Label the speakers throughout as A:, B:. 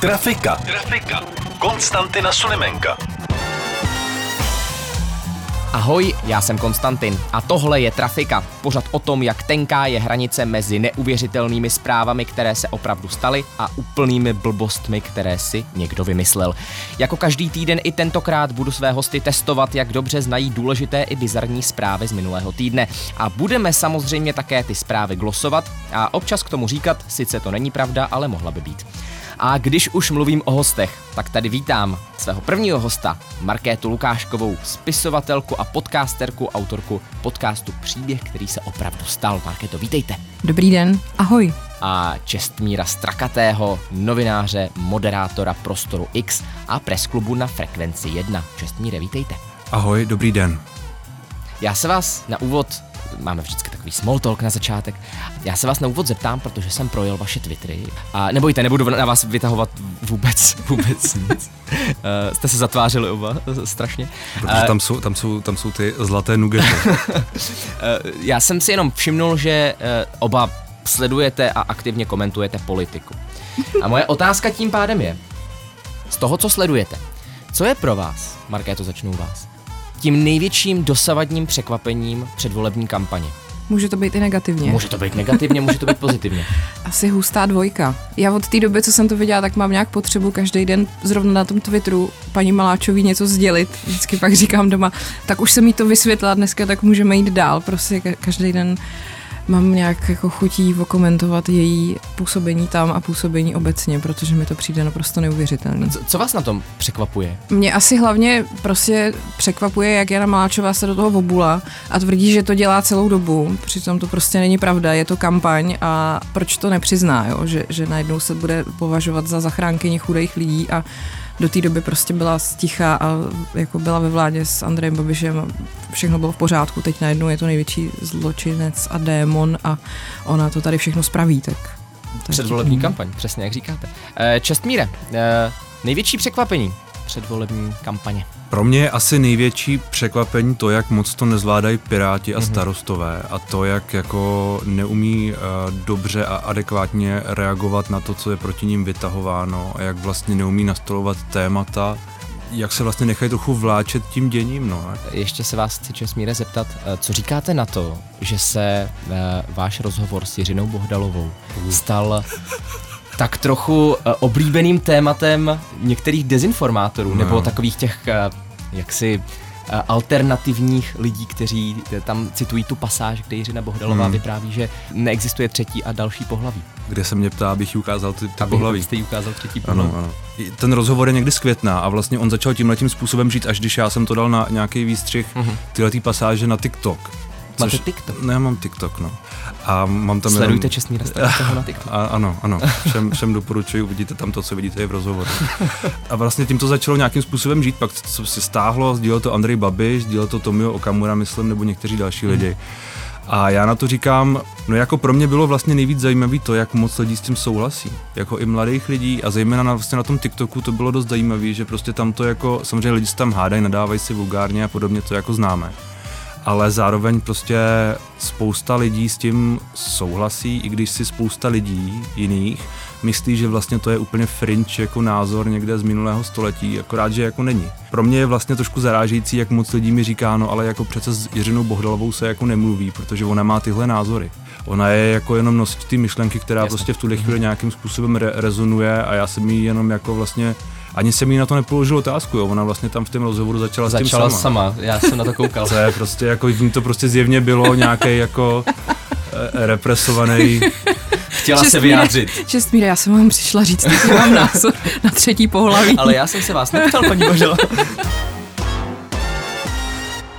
A: Trafika. Trafika. Konstantina Sulimenka.
B: Ahoj, já jsem Konstantin a tohle je Trafika, pořad o tom, jak tenká je hranice mezi neuvěřitelnými zprávami, které se opravdu staly a úplnými blbostmi, které si někdo vymyslel. Jako každý týden i tentokrát budu své hosty testovat, jak dobře znají důležité i bizarní zprávy z minulého týdne. A budeme samozřejmě také ty zprávy glosovat a občas k tomu říkat, sice to není pravda, ale mohla by být. A když už mluvím o hostech, tak tady vítám svého prvního hosta, Markétu Lukáškovou, spisovatelku a podcasterku, autorku podcastu Příběh, který se opravdu stal. Markéto, vítejte.
C: Dobrý den, ahoj.
B: A Čestmíra Strakatého, novináře, moderátora Prostoru X a presklubu na Frekvenci 1. Čestmíre, vítejte.
D: Ahoj, dobrý den.
B: Já se vás na úvod máme vždycky takový small talk na začátek. Já se vás na úvod zeptám, protože jsem projel vaše Twittery. A nebojte, nebudu na vás vytahovat vůbec, vůbec nic. Uh, jste se zatvářili oba strašně.
D: Protože tam jsou, tam jsou, tam jsou ty zlaté nugety.
B: Uh, já jsem si jenom všimnul, že uh, oba sledujete a aktivně komentujete politiku. A moje otázka tím pádem je, z toho, co sledujete, co je pro vás, Markéto, začnu u vás, tím největším dosavadním překvapením předvolební kampaně.
C: Může to být i negativně.
B: Může to být negativně, může to být pozitivně.
C: Asi hustá dvojka. Já od té doby, co jsem to viděla, tak mám nějak potřebu každý den zrovna na tom Twitteru paní Maláčový něco sdělit. Vždycky pak říkám doma, tak už jsem jí to vysvětlila dneska, tak můžeme jít dál. Prostě ka- každý den mám nějak jako chutí okomentovat její působení tam a působení obecně, protože mi to přijde naprosto neuvěřitelné.
B: Co, co vás na tom překvapuje?
C: Mě asi hlavně prostě překvapuje, jak Jana Maláčová se do toho obula a tvrdí, že to dělá celou dobu. Přitom to prostě není pravda, je to kampaň a proč to nepřizná, jo? Že, že najednou se bude považovat za zachránkyni chudých lidí a do té doby prostě byla sticha a jako byla ve vládě s Andrejem Babišem a všechno bylo v pořádku. Teď najednou je to největší zločinec a démon a ona to tady všechno spraví, tak... tak
B: Předvolební kampaň, přesně jak říkáte. Eh, Čestmíre, eh, největší překvapení předvolební kampaně.
D: Pro mě je asi největší překvapení to, jak moc to nezvládají piráti a starostové a to, jak jako neumí eh, dobře a adekvátně reagovat na to, co je proti ním vytahováno a jak vlastně neumí nastolovat témata, jak se vlastně nechají trochu vláčet tím děním, no.
B: Ještě se vás chci Česmíre zeptat, eh, co říkáte na to, že se eh, váš rozhovor s Jiřinou Bohdalovou
D: Hm.
B: stal tak trochu eh, oblíbeným tématem některých dezinformátorů,
D: No
B: nebo
D: jo.
B: takových těch eh, jaksi eh, alternativních lidí, kteří eh, tam citují tu pasáž, kde Jiřina Bohdalová
D: Hmm.
B: vypráví, že neexistuje třetí a další pohlaví.
D: Kde se mě ptá, abych jí ukázal ty, ty
B: Aby
D: pohlaví.
B: Jste jí ukázal třetí pohlaví.
D: Ano, ano. I Ten rozhovor je někdy z května a vlastně on začal tímhle tím způsobem žít, až když já jsem to dal na nějaký výstřih
B: Mhm.
D: tyhle tý pasáže na TikTok.
B: Máte TikTok?
D: Ne, mám TikTok, no. A mám tam
B: Sledujte
D: jenom...
B: Česmíra Strakatého na TikToku.
D: A, ano, ano, všem, všem doporučuji, uvidíte tam to, co vidíte i v rozhovoru. A vlastně tím to začalo nějakým způsobem žít, pak co se stáhlo, sdílel to Andrej Babiš, sdílel to Tomio Okamura, myslím, nebo někteří další lidi. A já na to říkám, no jako pro mě bylo vlastně nejvíc zajímavý to, jak moc lidí s tím souhlasí. Jako i mladých lidí a zejména na, vlastně na tom TikToku to bylo dost zajímavé, že prostě tam to jako, samozřejmě lidi se tam hádají, nadávají si vulgárně a podobně, to jako známe ale zároveň prostě spousta lidí s tím souhlasí, i když si spousta lidí jiných myslí, že vlastně to je úplně fringe jako názor někde z minulého století, akorát, že jako není. Pro mě je vlastně trošku zarážející, jak moc lidí mi říká, no ale jako přece s Jiřinou Bohdalovou se jako nemluví, protože ona má tyhle názory. Ona je jako jenom nosič ty myšlenky, která
B: Jasně.
D: Jasne. prostě v tuhle chvíli nějakým způsobem re- rezonuje a já jsem jí jenom jako vlastně ani jsem jí na to nepoložil otázku, jo. ona vlastně tam v tom rozhovoru začala, s tím
B: Začala sama. já jsem na to koukal.
D: to je prostě jako, v ní to prostě zjevně bylo nějaký jako eh, represovaný.
B: Chtěla se
C: Čestmíre,
B: vyjádřit.
C: Čestmíre, já jsem vám přišla říct, jaký mám názor na třetí pohlaví.
B: Ale já jsem se vás neptal, paní Božela.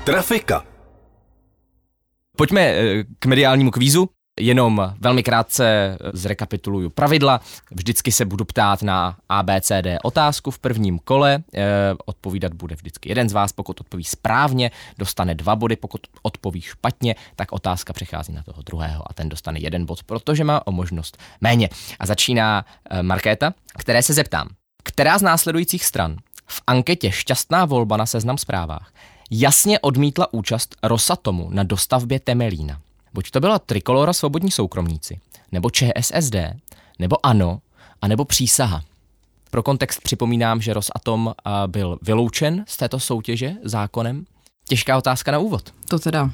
A: Trafika.
B: Pojďme eh, k mediálnímu kvízu. Jenom velmi krátce eh, zrekapituluju pravidla. Vždycky se budu ptát na ABCD otázku v prvním kole. Eh, Odpovídat bude vždycky jeden z vás. Pokud odpoví správně, dostane dva body. Pokud odpoví špatně, tak otázka přechází na toho druhého a ten dostane jeden bod, protože má o možnost méně. A začíná eh, Markéta, které se zeptám. Která z následujících stran v anketě Šťastná volba na seznam zprávách jasně odmítla účast Rosatomu na dostavbě Temelína? Buď to byla Trikolora svobodní soukromníci, nebo ČSSD, nebo ANO, a nebo Přísaha. Pro kontext připomínám, že Rosatom a, byl vyloučen z této soutěže zákonem. Těžká otázka na úvod.
C: To teda.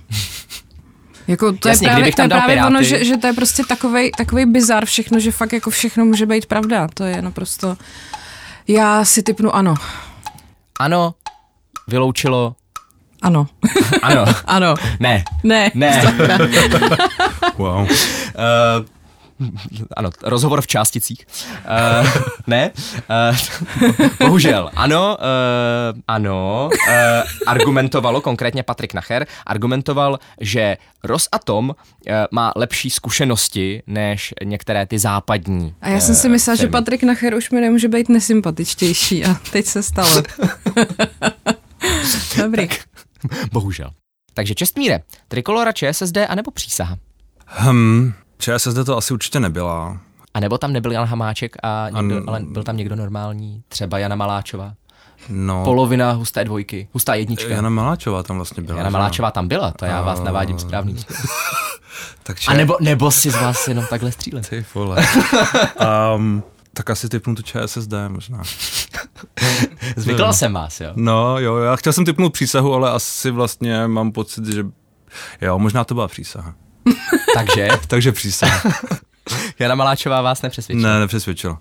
C: Jako to
B: Jasně,
C: je právě,
B: kdybych
C: to
B: tam
C: je
B: dal
C: právě ono,
B: Piráty.
C: že, že to je prostě takovej, takovej bizar všechno, že fakt jako všechno může být pravda. To je naprosto... Já si typnu ano.
B: Ano, vyloučilo,
C: Ano.
B: ano,
C: Ano.
B: ne,
C: Ne.
B: ne.
D: Wow.
B: Uh, ano, rozhovor v částicích. Uh, ne? Uh, bohužel, ano, uh, ano. Uh, argumentovalo, konkrétně Patrik Nacher, argumentoval, že Rosatom uh, má lepší zkušenosti než některé ty západní.
C: A já jsem si
B: eh,
C: myslela, že
B: firmy.
C: Patrik Nacher už mi nemůže být nesympatičtější a teď se stalo. Dobrý.
B: Bohužel. Takže Čestmíre, Trikolora ČSSD anebo přísaha?
D: Hm, ČSSD to asi určitě nebyla.
B: A nebo tam nebyl Jan Hamáček, a někdo,
D: An-
B: ale byl tam někdo normální, třeba Jana Maláčová.
D: No,
B: Polovina husté dvojky, hustá jednička.
D: Jana Maláčová tam vlastně byla.
B: Jana
D: že?
B: Maláčová tam byla, to já vás
D: A-
B: navádím správný.
D: Takže...
B: A nebo, nebo si z vás jenom takhle střílet.
D: Ty vole. um, tak asi typnu tu ČSSD možná.
B: Zvykla jsem vás, jo.
D: No jo, já chtěl jsem typnout přísahu, ale asi vlastně mám pocit, že jo, možná to byla přísaha.
B: Takže
D: Takže přísaha.
B: Jana Maláčová vás nepřesvědčila.
D: ne, nepřesvědčil.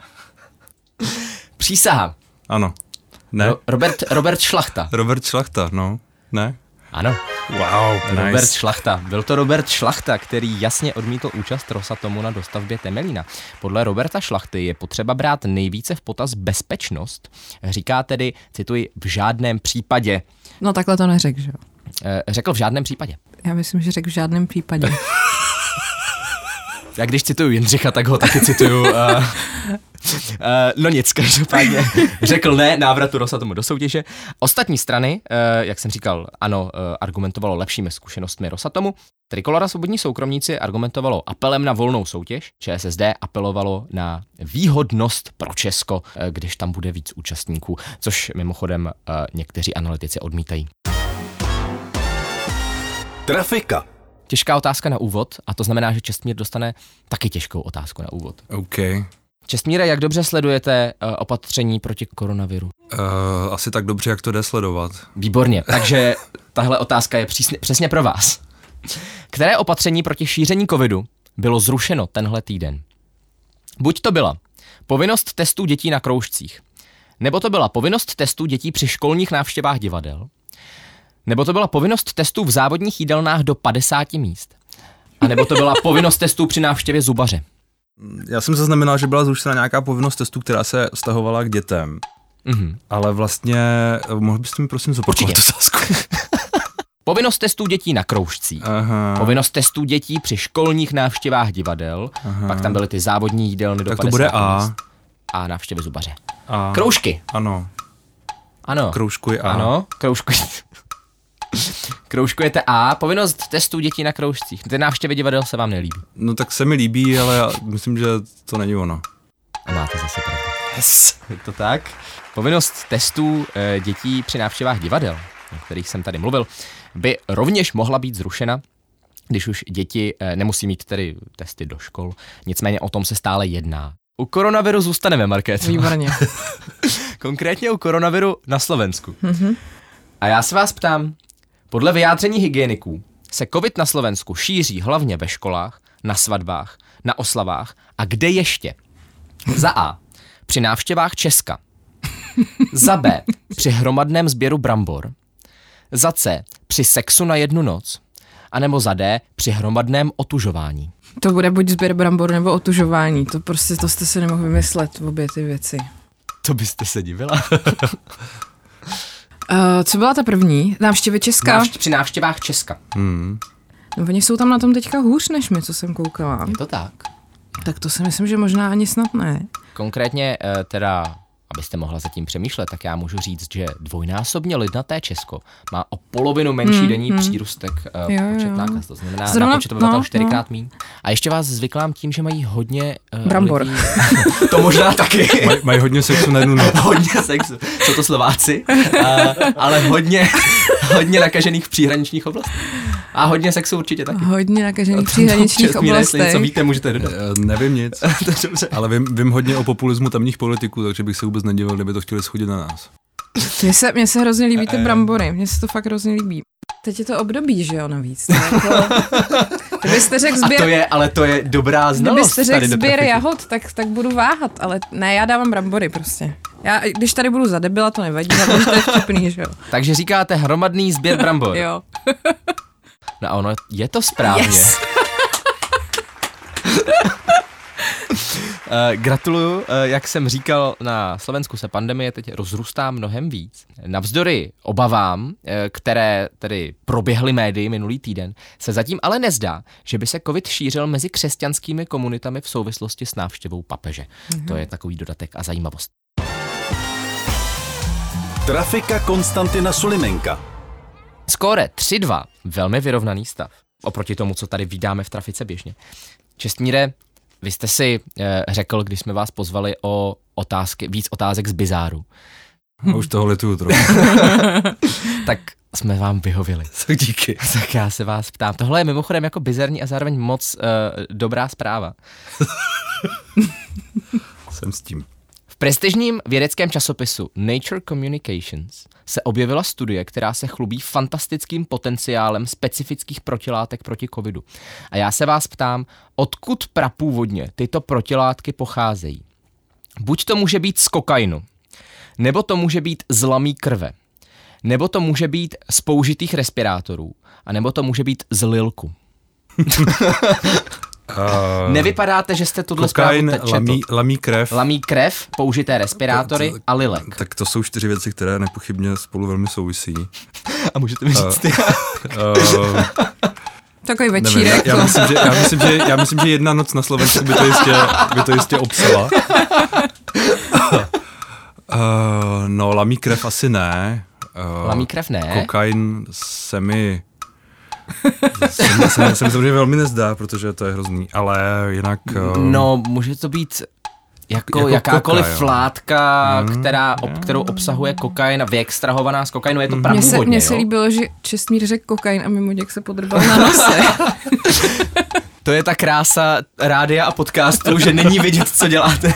B: Přísaha.
D: Ano. Ne?
B: Ro- Robert, Robert Šlachta.
D: Robert Šlachta, no. Ne?
B: Ano,
D: Wow, nice.
B: Robert Šlachta. Byl to Robert Šlachta, který jasně odmítl účast Rosatomu na dostavbě Temelína. Podle Roberta Šlachty je potřeba brát nejvíce v potaz bezpečnost. Říká tedy, cituji, v žádném případě.
C: No takhle to neřekl, že jo.
B: Eh, Řekl v žádném případě.
C: Já myslím, že řekl v žádném případě.
B: Já když cituju Jindřicha, tak ho taky cituju. Uh, uh, no nic, každopádně řekl ne návratu Rosatomu do soutěže. Ostatní strany, uh, jak jsem říkal, ano, uh, argumentovalo lepšími zkušenostmi Rosatomu. Trikolora svobodní soukromníci argumentovalo apelem na volnou soutěž, ČSSD apelovalo na výhodnost pro Česko, eh, když tam bude víc účastníků, což mimochodem eh, někteří analytici odmítají.
A: Trafika.
B: Těžká otázka na úvod, a to znamená, že Čestmír dostane taky těžkou otázku na úvod.
D: OK.
B: Čestmíre, jak dobře sledujete eh, opatření proti koronaviru?
D: Uh, asi tak dobře, jak to jde sledovat.
B: Výborně, takže tahle otázka je přísně, přesně pro vás. Které opatření proti šíření covidu bylo zrušeno tenhle týden? Buď to byla povinnost testů dětí na kroužcích, nebo to byla povinnost testů dětí při školních návštěvách divadel, nebo to byla povinnost testů v závodních jídelnách do 50 míst, a nebo to byla povinnost testů při návštěvě zubaře.
D: Já jsem zaznamenal, že byla zrušena nějaká povinnost testů, která se stahovala k dětem.
B: Mhm.
D: Ale vlastně, eh, mohl byste mi prosím zopakovat
B: Určitě.
D: tu sásku?
B: Povinnost testů dětí na kroužcích.
D: Aha.
B: Povinnost testů dětí při školních návštěvách divadel, Aha. pak tam byly ty závodní jídelny do
D: Tak to bude
B: 50
D: A.
B: míst. A návštěvy zubaře.
D: A.
B: Kroužky,
D: Ano,
B: ano.
D: kroužku je A.
B: Ano, kroužku. Kroužkujete A, povinnost testů dětí na kroužcích. Ty návštěvy divadel se vám nelíbí.
D: No tak se mi líbí, ale já myslím, že to není ono.
B: A máte zase pravdu. Yes. Je to tak? Povinnost testů eh, dětí při návštěvách divadel, o kterých jsem tady mluvil, by rovněž mohla být zrušena, když už děti eh, nemusí mít tedy testy do škol. Nicméně o tom se stále jedná. U koronaviru zůstaneme, Market.
C: Výborně.
B: Konkrétně u koronaviru na Slovensku. A já se vás ptám, podle vyjádření hygieniků se covid na Slovensku šíří hlavně ve školách, na svatbách, na oslavách a kde ještě? Za A. Při návštěvách Česka. Za B. Při hromadném sběru brambor. Za C. Při sexu na jednu noc. A nebo za D. Při hromadném otužování.
C: To bude buď sběr bramboru nebo otužování. To prostě, to jste si nemohli vymyslet, obě ty věci.
B: To byste se divila.
C: Uh, co Eh, byla ta první? Návštěvy Česka?
B: Návš- při návštěvách Česka.
C: No, oni jsou tam na tom teďka hůř než my, co jsem koukala.
B: Je to tak.
C: Tak to si myslím, že možná ani snad ne.
B: Konkrétně eh, teda, abyste mohla zatím přemýšlet, tak já můžu říct, že dvojnásobně lidnaté Česko má o polovinu menší mm, denní mm. přírůstek eh,
C: Mhm. Jo, jo,
B: počet
C: jo.
B: nákaz, to znamená Zrovna, na
C: Zrovna-
B: počet obyvatel
C: no,
B: čtyřikrát míň. A ještě vás zvyklám tím, že mají hodně... eh,
C: Brambor.
B: lidí- to možná taky.
D: Maj, mají hodně sexu na jednu noc.
B: hodně sexu. Jsou to Slováci, a, ale hodně, hodně nakažených příhraničních oblastí. A hodně sexu určitě taky.
C: Hodně nakažených
B: Tam to přesně,
C: příhraničních
B: jestli
C: oblastech.
B: něco víte, můžete dodat.
D: Eh, Nevím nic.
B: Dobře.
D: Ale vím, vím hodně o populismu tamních politiků, takže bych se vůbec nedivil, kdyby to chtěli schodit na nás.
C: Mně se, mně se hrozně líbí
B: Eh,
C: ty
B: no.
C: brambory, mně se to fakt hrozně líbí. Teď je to období, že jo, navíc. To je jako, kdybyste řekl
B: A to
C: sběr,
B: je, ale to je dobrá znalost.
C: kdybyste řekl
B: tady do
C: sběr
B: trafiky.
C: jahod, tak, tak budu váhat, ale ne, já dávám brambory prostě. Já, když tady budu zadebila, to nevadí, ale to je vtipný, že jo.
B: Takže říkáte hromadný sběr brambor.
C: jo.
B: No a ono, je to správně.
C: Yes.
B: Eh, Gratuluju, eh, jak jsem říkal, na Slovensku se pandemie teď rozrůstá mnohem víc. Navzdory obavám, eh, které tedy proběhly médii minulý týden, se zatím ale nezdá, že by se covid šířil mezi křesťanskými komunitami v souvislosti s návštěvou papeže.
C: Mhm.
B: To je takový dodatek a zajímavost.
A: Trafika Konstantina Sulimenka.
B: Skóre 3-2, velmi vyrovnaný stav, oproti tomu, co tady vydáme v trafice běžně. Čestmíre, vy jste si eh, řekl, když jsme vás pozvali o otázky, víc otázek z bizáru,
D: A už toho lituju trochu.
B: tak jsme vám vyhovili.
D: Tak díky.
B: Tak já se vás ptám. Tohle je mimochodem jako bizarní a zároveň moc uh, dobrá zpráva.
D: Jsem s tím.
B: V prestižním vědeckém časopisu Nature Communications se objevila studie, která se chlubí fantastickým potenciálem specifických protilátek proti covidu. A já se vás ptám, odkud prapůvodně tyto protilátky pocházejí? Buď to může být z kokainu, nebo to může být z lamí krve, nebo to může být z použitých respirátorů, a nebo to může být z lilku.
D: Uh,
B: Nevypadáte, že jste tohle
D: kokain,
B: zprávu te- četl.
D: lamí, lamí krev.
B: Lamí krev, použité respirátory
D: To- to-
B: a lilek.
D: Tak to jsou čtyři věci, které nepochybně spolu velmi souvisí.
B: A můžete mi
D: Eh.
B: říct ty.
D: Uh,
C: Takový
D: nevím, já,
C: večírek.
D: já,
C: no.
D: myslím, že, já, myslím, že, já myslím, že jedna noc na Slovensku by to jistě, by to jistě obsala. Uh, no, lamí krev asi ne. Uh,
B: Lamí krev ne.
D: Kokain se mi se mi, se mi, se mi samozřejmě velmi nezdá, protože to je hrozný, ale jinak... eh,
B: No, může to být jako, jako
D: Jako
B: jakákoliv
D: koka,
B: koka,
D: jo. Hmm.
B: látka, která, ob, kterou obsahuje kokain a vyextrahovaná z kokainu, je to
C: Mně se,
B: pravděpodobně.
C: mně se líbilo, že Čestmír řekl kokain a Mimoděk se podrbal na nose.
B: To je ta krása rádia a podcastu, že není vidět, co děláte,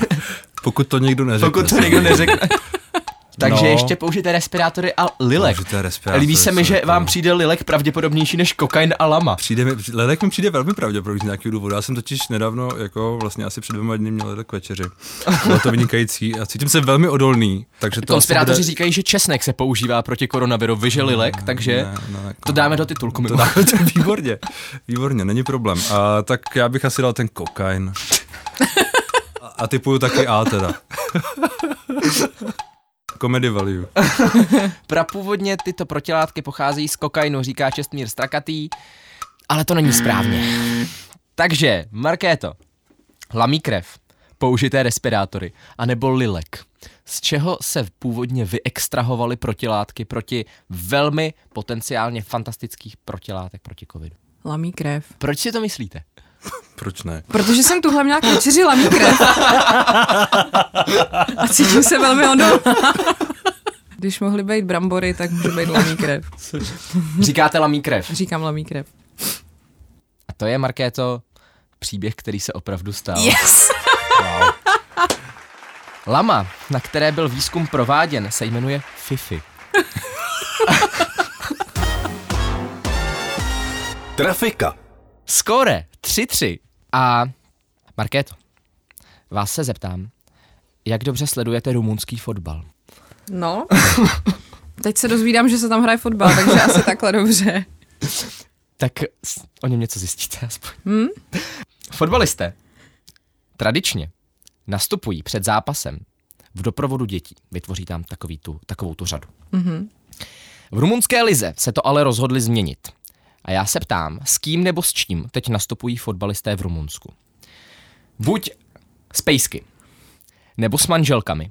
D: Pokud to někdo neřekne.
B: pokud to někdo neřekne. Takže
D: No.
B: ještě použijte respirátory a lilek.
D: Použijte respirátory,
B: Líbí se mi,
D: co
B: že
D: je to?
B: vám přijde lilek pravděpodobnější než kokain a lama.
D: Přijde mi, při- ledek mi přijde velmi pravděpodobně z nějakého důvodu. Já jsem totiž nedávno, jako vlastně asi před dvěma dny měl ledek k večeři. Bylo to vynikající a cítím se velmi odolný. Takže to
B: Konspirátoři
D: asi bude...
B: říkají, že česnek se používá proti koronaviru, že lilek, takže
D: ne, ne,
B: to dáme do titulku.
D: To,
B: Mimo.
D: dáme, to je výborně, výborně, není problém. A, tak já bych asi dal ten kokain. A, a typuju taky A teda. Comedy value.
B: Prapůvodně tyto protilátky pocházejí z kokainu, říká Čestmír Strakatý, ale to není správně. Takže, Markéto, lamí krev, použité respirátory, anebo lilek. Z čeho se původně vyextrahovaly protilátky proti velmi potenciálně fantastických protilátek proti covidu?
C: Lamí krev.
B: Proč si to myslíte?
D: Proč ne?
C: Protože jsem tuhle měla k večeři lamí krev. A cítím se velmi odolná. Když mohly být brambory, tak může být lamí krev.
B: Říkáte lamí krev.
C: Říkám lamí krev.
B: A to je, Markéto, příběh, který se opravdu stal.
C: Yes!
B: Lama, na které byl výzkum prováděn, se jmenuje Fifi.
A: Trafika.
B: Skore 3-3. A Markéto, vás se zeptám, jak dobře sledujete rumunský fotbal?
C: No. Teď se dozvídám, že se tam hraje fotbal, takže asi takhle dobře.
B: Tak s- o něm něco zjistíte aspoň. Hmm? Fotbalisté tradičně nastupují před zápasem v doprovodu dětí. Vytvoří tam takový tu, takovou tu řadu. Mm-hmm. V rumunské lize se to ale rozhodli změnit. A já se ptám, s kým nebo s čím teď nastupují fotbalisté v Rumunsku? Buď s pejsky, nebo s manželkami,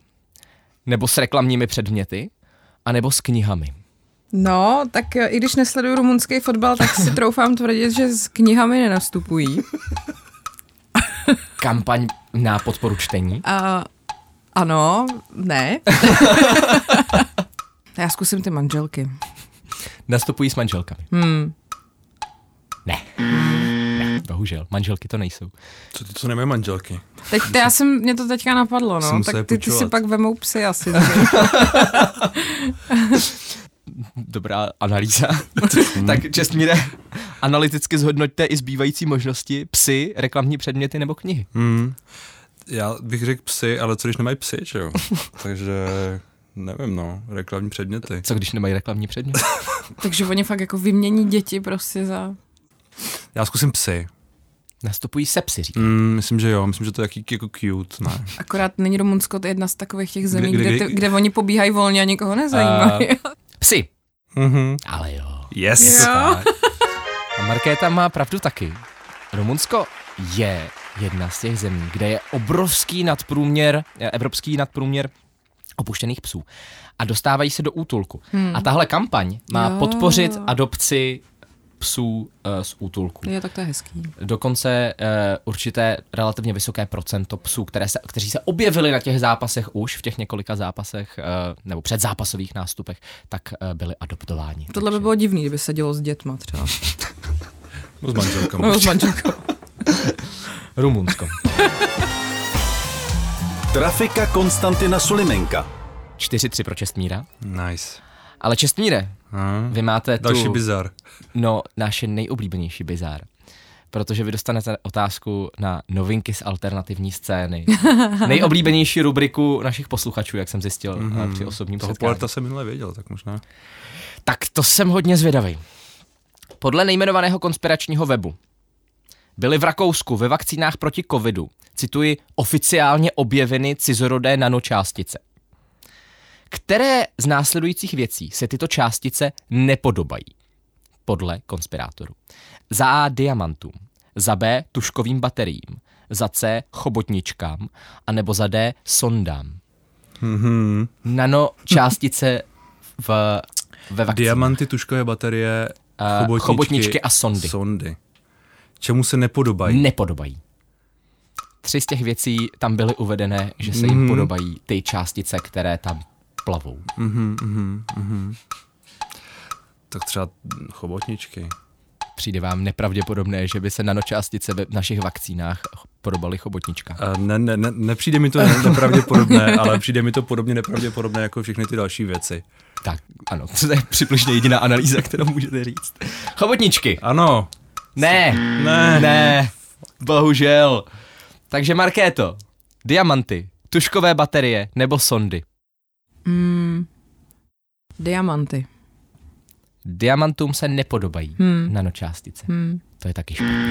B: nebo s reklamními předměty, anebo s knihami.
C: No, tak eh, i když nesleduju rumunský fotbal, tak si troufám tvrdit, že s knihami nenastupují.
B: Kampaň na podporu čtení.
C: A ano, ne. Já zkusím ty manželky.
B: Nastupují s manželkami. Hmm. Ne. ne. Bohužel, manželky to nejsou.
D: Co ty, co nemají manželky?
C: Teď to já jsem, mě to teďka napadlo,
D: Jsem
C: no.
D: musel
C: Tak ty, ty si
D: půjčovat.
C: pak vemou psy asi.
B: Dobrá analýza. tak Čestmíre, analyticky zhodnoťte i zbývající možnosti psy, reklamní předměty nebo knihy.
D: Hmm. Já bych řekl psy, ale co když nemají psy, že jo? Takže nevím, no, reklamní předměty.
B: Co když nemají reklamní předměty?
C: Takže oni fakt jako vymění děti prostě za...
D: Já zkusím psy.
B: Nastupují se psy, říká.
D: Mm, myslím, že jo, myslím, že to je jaký, jako cute, ne?
C: Akorát není Rumunsko to je jedna z takových těch zemí, kde,
D: Kde- kde-
C: kde,
D: kde-
C: kde, kde oni pobíhají volně a nikoho nezajímají.
B: Psy.
D: Mm-hmm.
B: Ale jo.
D: Yes.
B: Je to
C: Jo.
B: tak. A Markéta má pravdu taky. Rumunsko je jedna z těch zemí, kde je obrovský nadprůměr, eh, evropský nadprůměr opuštěných psů a dostávají se do útulku. Hmm. A tahle kampaň má
C: Jo.
B: podpořit adopci psů eh, z útulku.
C: Jo, tak to je hezký.
B: Dokonce uh, určité relativně vysoké procento psů, které se, kteří se objevili na těch zápasech už, v těch několika zápasech, uh, nebo předzápasových nástupech, tak uh, byli adoptováni.
C: Tohle by
B: Takže-
C: bylo divný, kdyby se dělo s dětma třeba.
D: No, s manželkou.
C: Nebo s manželkou.
B: Rumunsko.
A: Trafika Konstantina Sulimenka.
B: 4-3 pro Čestmíra.
D: Nice.
B: Ale Čestmíre,
D: A?
B: vy máte tu,
D: Další bizar.
B: no, naše nejoblíbenější bizár. Protože vy dostanete otázku na novinky z alternativní scény. Nejoblíbenější rubriku našich posluchačů, jak jsem zjistil mm-hmm. při osobním
D: Mhm. Toho
B: setkání.
D: Polerta jsem minule věděl, tak možná.
B: Tak to jsem hodně zvědavý. Podle nejmenovaného konspiračního webu byly v Rakousku ve vakcínách proti covidu, cituji, oficiálně objeveny cizorodé nanočástice. Které z následujících věcí se tyto částice nepodobají? Podle konspirátorů. Za A diamantům, za B tuškovým bateriím, za C chobotničkám, anebo za D sondám.
D: Mm-hmm.
B: Nanočástice v, ve vakcínách.
D: Diamanty, tuškové baterie,
B: A
D: chobotničky,
B: chobotničky Eh, a sondy. Mm.
D: sondy. Čemu se nepodobají?
B: nepodobají. Tři z těch věcí tam byly uvedené, že se jim
D: Mhm.
B: podobají ty částice, které tam plavou.
D: Tak třeba chobotničky.
B: Přijde vám nepravděpodobné, že by se nanočástice ve našich vakcínách podobaly chobotničkám.
D: A Eh, Ne, ne, ne, nepřijde mi to ne- nepravděpodobné, ale přijde mi to podobně nepravděpodobné jako všechny ty další věci.
B: Tak, ano, to je přibližně jediná analýza, kterou můžete říct. Chobotničky!
D: Ano,
B: Ne!
D: Ne.
B: Ne! Bohužel. Takže Markéto, diamanty, tuškové baterie nebo sondy.
C: Mm. Diamanty.
B: Diamantům se nepodobají
C: Hmm.
B: nanočástice.
C: Hmm.
B: To je taky špatně.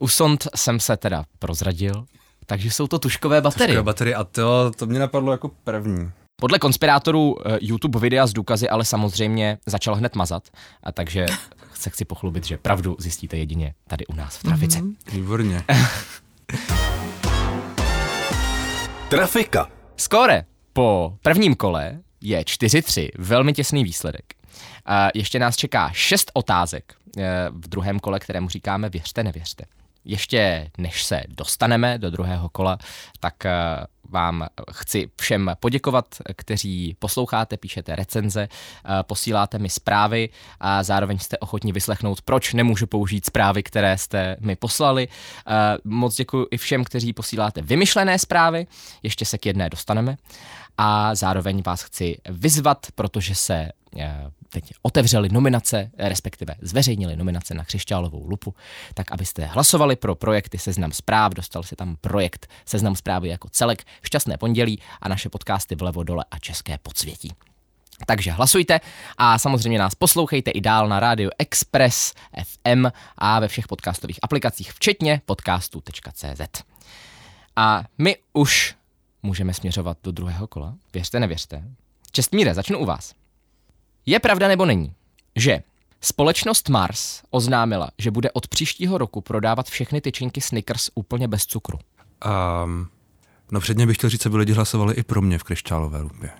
B: U sond jsem se teda prozradil, takže jsou to tuškové baterie.
D: Tuškové baterie a to, to mě napadlo jako první.
B: Podle konspirátorů eh, YouTube videa s důkazy ale samozřejmě začal hned mazat, a takže se chci pochlubit, že pravdu zjistíte jedině tady u nás v Trafice. Mm-hmm.
D: Výborně.
A: Trafika.
B: Skóre po prvním kole je 4-3, velmi těsný výsledek. A ještě nás čeká šest otázek eh, v druhém kole, kterému říkáme věřte, nevěřte. Ještě než se dostaneme do druhého kola, tak eh, vám chci všem poděkovat, kteří posloucháte, píšete recenze, eh, posíláte mi zprávy a zároveň jste ochotni vyslechnout, proč nemůžu použít zprávy, které jste mi poslali. Eh, Moc děkuji i všem, kteří posíláte vymyšlené zprávy, ještě se k jedné dostaneme. A zároveň vás chci vyzvat, protože se eh, teď otevřely nominace, eh, respektive zveřejnili nominace na křišťálovou lupu, tak abyste hlasovali pro projekty Seznam zpráv, dostal se tam projekt Seznam zprávy jako celek, šťastné pondělí a naše podcasty vlevo dole a české podsvětí. Takže hlasujte a samozřejmě nás poslouchejte i dál na rádiu Express FM a ve všech podcastových aplikacích, včetně podcastu.cz. A my už můžeme směřovat do druhého kola. Věřte, nevěřte. Čestmíre, začnu u vás. Je pravda nebo není, že Společnost Mars oznámila, že bude od příštího roku prodávat všechny tyčinky Snickers úplně bez cukru.
D: Um, no předně bych chtěl říct, aby lidi hlasovali i pro mě v křišťálové rupě.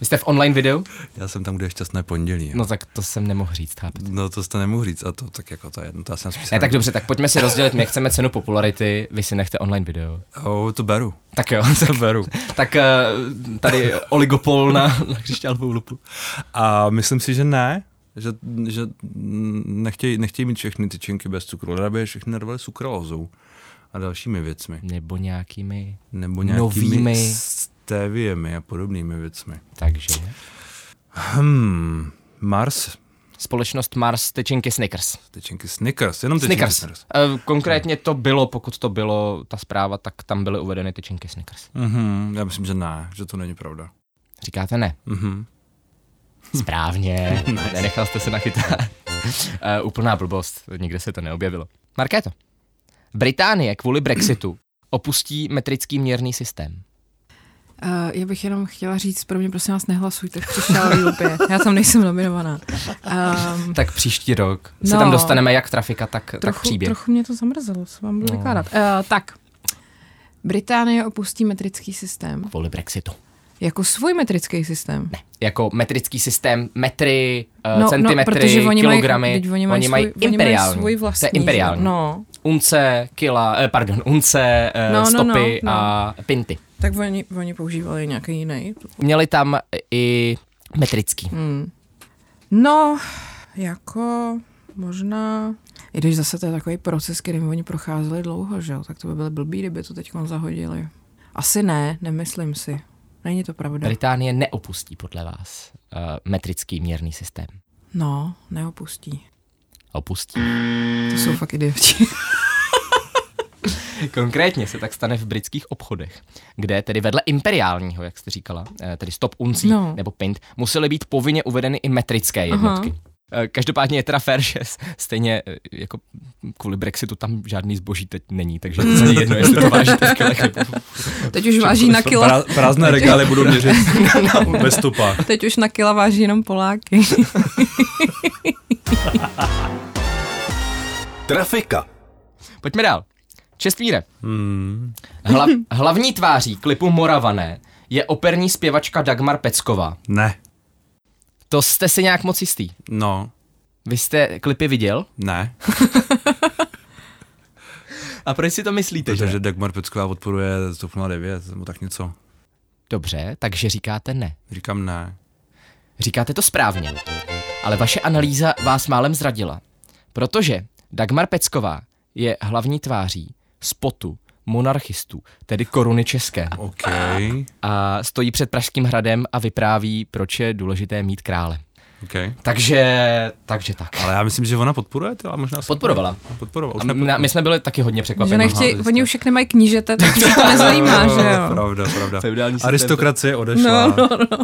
B: Vy jste v online videu?
D: Já jsem tam, kde je šťastné pondělí.
B: No tak to jsem nemohl říct, chápete.
D: No to jste nemohu říct a to tak jako to je jedno, to já jsem spíš...
B: Ne, tak dobře, tak pojďme si rozdělit, my chceme cenu popularity, vy si nechte online video.
D: Oh, to beru.
B: Tak jo,
D: To beru.
B: tak eh, tady oligopol na, na křišťálovou lupu.
D: A myslím si, že ne, že, že mm, nechtějí, nechtějí mít všechny tyčinky bez cukru, ale aby je všechny narvali sukralozou a dalšími věcmi.
B: Nebo nějakými,
D: Nebo nějakými
B: Novými.
D: stéviemi a podobnými věcmi.
B: takže.
D: Hmm, Mars,
B: Společnost Mars tyčinky Snickers.
D: tyčinky Snickers, jenom tyčinky
B: Snickers.
D: Snickers. Snickers.
B: Eh, Konkrétně to bylo, pokud to bylo ta zpráva, tak tam byly uvedeny tyčinky Snickers.
D: Mhm, já myslím, že ne, že to není pravda.
B: Říkáte ne.
D: Mhm. Hm.
B: Správně, nenechal jste se nachytat. uh, úplná blbost, nikde se to neobjevilo. Markéto, Británie kvůli Brexitu opustí metrický měrný systém.
C: Uh, já bych jenom chtěla říct, pro mě prosím vás nehlasujte v křišťálové lupě. Já tam nejsem nominovaná. Um,
B: Tak příští rok se
C: No.
B: tam dostaneme jak trafika, tak, tak
C: trochu,
B: příběh.
C: trochu mě to zamrzelo, co vám budu
B: No.
C: no. vykládat. Uh, tak, Británie opustí metrický systém.
B: Kvůli Brexitu.
C: Jako svůj metrický systém.
B: Ne, jako metrický systém, metry, eh,
C: No,
B: centimetry,
C: no, protože oni mají-
B: kilogramy,
C: teď oni mají svůj- oni mají
B: imperiální.
C: svůj
B: to je
C: vlastní, že?
B: imperiální.
C: No.
B: Unce, kila, eh, pardon, unce, eh,
C: No, no, no,
B: stopy
C: no.
B: a pinty.
C: Tak oni, oni používali nějaký jiný.
B: Měli tam i metrický.
C: Hmm. No, jako možná... I když zase to je takový proces, kterým oni procházeli dlouho, že jo? Tak to by byly blbý, kdyby to teď zahodili. Asi ne, nemyslím si. Není to pravda.
B: Británie neopustí podle vás uh, metrický měrný systém.
C: No, neopustí.
B: Opustí.
C: To jsou fakt idioti.
B: Konkrétně se tak stane v britských obchodech, kde tedy vedle imperiálního, jak jste říkala, eh, tedy stop uncí no.
C: No.
B: nebo pint, musely být povinně uvedeny i metrické jednotky. Eh, Každopádně je teda fér, že s- stejně eh, jako kvůli Brexitu tam žádný zboží teď není, takže to je jedno, jestli to vážíte v kilech nebo
C: Teď už váží na kilo.
D: Prá- prázdné regály budou měřit ve stopách.
C: Teď už na kila váží jenom Poláky.
A: Trafika.
B: Pojďme dál. Čestvíre. Hmm. Hla, hlavní tváří klipu Moravané je operní zpěvačka Dagmar Pecková.
D: Ne,
B: To jste si nějak moc jistý.
D: no,
B: Vy jste klipy viděl?
D: ne,
B: A proč si to myslíte, že?
D: protože Dagmar Pecková podporuje TOP 09 nebo tak něco.
B: Dobře, takže říkáte ne.
D: Říkám ne.
B: Říkáte to správně. Ale vaše analýza vás málem zradila. Protože Dagmar Pecková je hlavní tváří spotu monarchistů, tedy koruny české.
D: OK.
B: A stojí před Pražským hradem a vypráví, proč je důležité mít krále.
D: OK.
B: Takže, takže tak.
D: Ale já myslím, že ona podporuje to, a možná se-
B: Podporovala.
D: Podporovala.
B: A
D: Už
B: m- na- my jsme byli taky hodně No,
C: Že
B: překvapeni.
C: nechtějí,
B: Aha,
C: oni už jak nemají knížete, tak se to nezajímá, že prostě. jo?
D: Pravda, pravda.
B: Feudální systém.
D: Aristokracie odešla. No, no.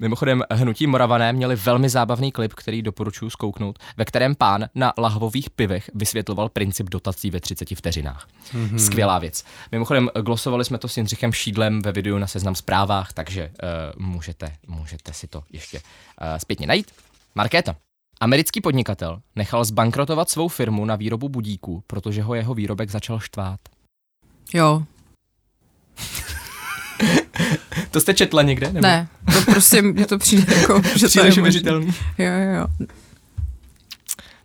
B: Mimochodem, Hnutí Moravané měli velmi zábavný klip, který doporučuji zkouknout, ve kterém pán na lahvových pivech vysvětloval princip dotací ve 30 vteřinách. Mm-hmm. Skvělá věc. Mimochodem, glosovali jsme to s Jindřichem Šídlem ve videu na Seznam zprávách, takže uh, můžete, můžete si to ještě uh, zpětně najít. Markéta. Americký podnikatel nechal zbankrotovat svou firmu na výrobu budíků, protože ho jeho výrobek začal štvát.
C: Jo,
B: To jste četla někde? Nebo?
C: ne. To prostě mně to přijde jako, že to je
B: Příliš
C: možný.
B: uvěřitelný.
C: Jo, jo, jo.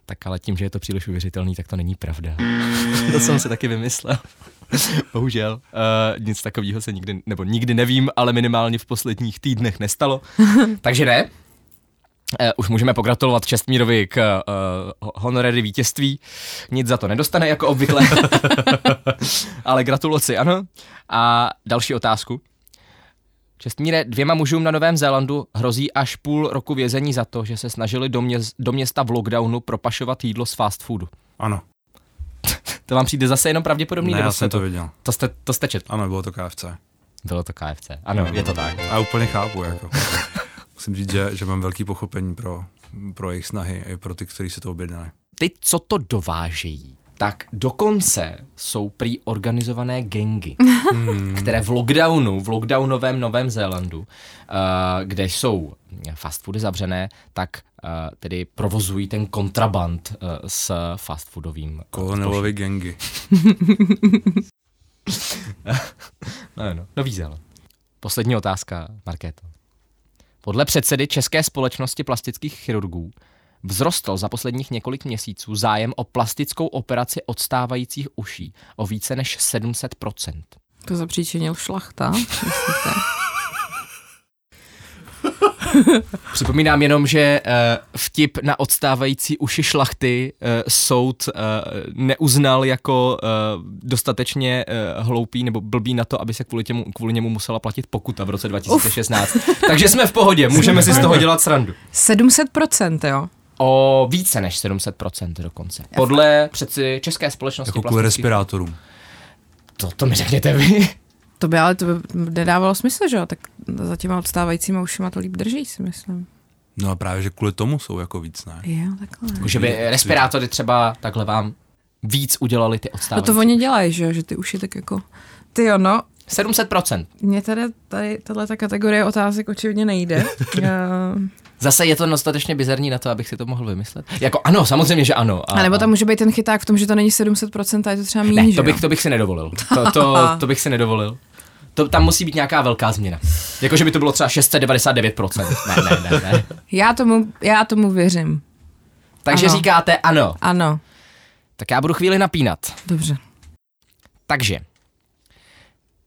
B: Tak ale tím, že je to příliš uvěřitelný, tak to není pravda. to jsem si taky vymyslel. Bohužel, uh, nic takového se nikdy, nebo nikdy nevím, ale minimálně v posledních týdnech nestalo. Takže ne. Uh, už můžeme pogratulovat Čestmírovi k uh, honorary vítězství. Nic za to nedostane, jako obvykle. ale gratulaci, ano. A další otázku. Čestmíre, dvěma mužům na Novém Zélandu hrozí až půl roku vězení za to, že se snažili do, měz, do města v lockdownu propašovat jídlo z fast foodu.
D: Ano,
B: To vám přijde zase jenom pravděpodobný?
D: ne,
B: nebo
D: já
B: jste
D: jsem to viděl.
B: to jste, to jste četl.
D: Ano, bylo to KFC.
B: Bylo to KFC.
D: No.
B: Ano, je to tak.
D: A úplně chápu, jako. Musím říct, že, že mám velký pochopení pro, pro jejich snahy i pro ty, kteří se to objednali.
B: Ty, co to dovážejí, tak dokonce jsou prý organizované gengy, které v lockdownu, v lockdownovém Novém Zélandu, uh, kde jsou fast foody zavřené, tak uh, tedy provozují ten kontraband uh, s fast foodovým.
D: Kolonelovy gengy.
B: No, no, Nový Zéland. Poslední otázka, Markéto. Podle předsedy České společnosti plastických chirurgů vzrostl za posledních několik měsíců zájem o plastickou operaci odstávajících uší o více než 700%.
C: To zapříčinil šlachta. myslíte?
B: Připomínám jenom, že eh, vtip na odstávající uši šlachty eh, soud eh, neuznal jako eh, dostatečně eh, hloupý nebo blbý na to, aby se kvůli, těmu, kvůli němu musela platit pokuta v roce 2016. Takže jsme v pohodě, můžeme si z toho dělat srandu.
C: 700%, jo?
B: O více než 700% dokonce. Podle přeci české společnosti
D: Jako
B: plastických-
D: kvůli respirátorům.
B: To, to mi řekněte vy.
D: Jako
C: To by ale to by nedávalo smysl, že jo? Tak za těma odstávajícíma ušima to líp drží, si myslím.
D: No a právě, že kvůli tomu jsou jako víc, ne?
C: Jo, takhle.
B: Že by respirátory třeba takhle vám víc udělali ty
C: No
B: odstávající.
C: to oni dělají, že jo? Že ty uši tak jako... Ty jo, no,
B: 700%.
C: mně tady, tady tato kategorie otázek očividně nejde. Ehm,
B: Zase je to dostatečně bizarní na to, abych si to mohl vymyslet. Jako ano, samozřejmě, že ano.
C: a nebo tam může být ten chyták v tom, že to není 700% a je to třeba méně,
B: ne,
C: že
B: to
C: jo?
B: bych, to bych si nedovolil. To, to, to bych si nedovolil. To, tam musí být nějaká velká změna. Jako, že by to bylo třeba 699%. Ne, ne, ne, ne.
C: Já tomu, já tomu věřím.
B: Takže
C: Ano.
B: říkáte ano.
C: Ano,
B: Tak já budu chvíli napínat.
C: dobře.
B: Takže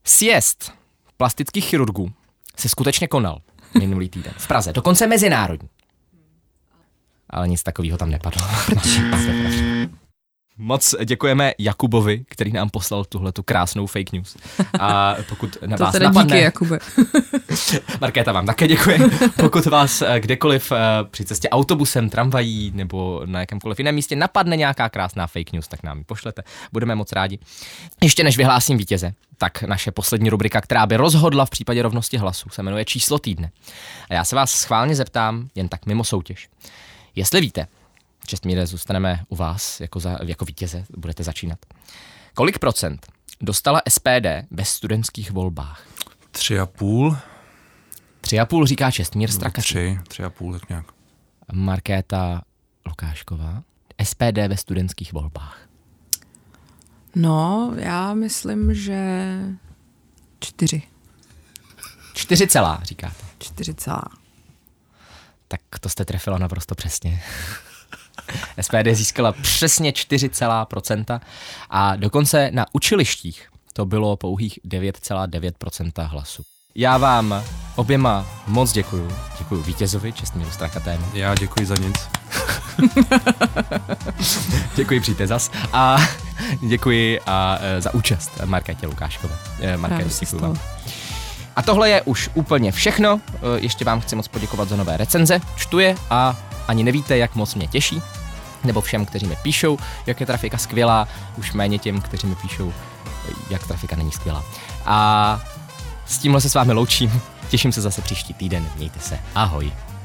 B: sjezd plastických chirurgů se skutečně konal minulý týden v Praze, dokonce mezinárodní. Ale nic takového tam nepadlo. Moc děkujeme Jakubovi, který nám poslal tuhle tu krásnou fake news. A pokud na
C: To
B: vás
C: teda
B: napadne,
C: díky, Jakube.
B: Markéta vám také děkuje. Pokud vás eh, kdekoliv eh, při cestě autobusem, tramvají nebo na jakémkoliv jiném místě napadne nějaká krásná fake news, tak nám ji pošlete. Budeme moc rádi. Ještě než vyhlásím vítěze, tak naše poslední rubrika, která by rozhodla v případě rovnosti hlasů, se jmenuje Číslo týdne. A já se vás schválně zeptám, jen tak mimo soutěž. Jestli víte, Čestmíre, zůstaneme u vás jako, za, jako vítěze, budete začínat. Kolik procent dostala SPD ve studentských volbách?
D: Tři a půl?
B: Tři a půl říká Čestmír Straka.
D: Tři, tři a půl, tak nějak.
B: Markéta Lukášková. SPD ve studentských volbách.
C: No, já myslím, že čtyři.
B: Čtyři celá, říkáte.
C: Čtyři celá.
B: Tak to jste trefila naprosto přesně. SPD získala přesně 4,% a dokonce na učilištích to bylo pouhých 9,9% hlasů. Já vám oběma moc děkuju. Děkuju vítězovi, čestmíru Strakatému.
D: Já děkuji za nic.
B: Děkuji, přijďte zas. A děkuji a, e, za účast Markétě Lukáškové. E, Markéto,
C: Ráda se
B: děkuji
C: stalo.
B: vám. A tohle je už úplně všechno. E, Ještě vám chci moc poděkovat za nové recenze. Čtu je a ani nevíte, jak moc mě těší. Nebo všem, kteří mi píšou, jak je trafika skvělá, už méně těm, kteří mi píšou, e, jak trafika není skvělá. A s tímhle se s vámi loučím. Těším se zase příští týden. Mějte se. Ahoj.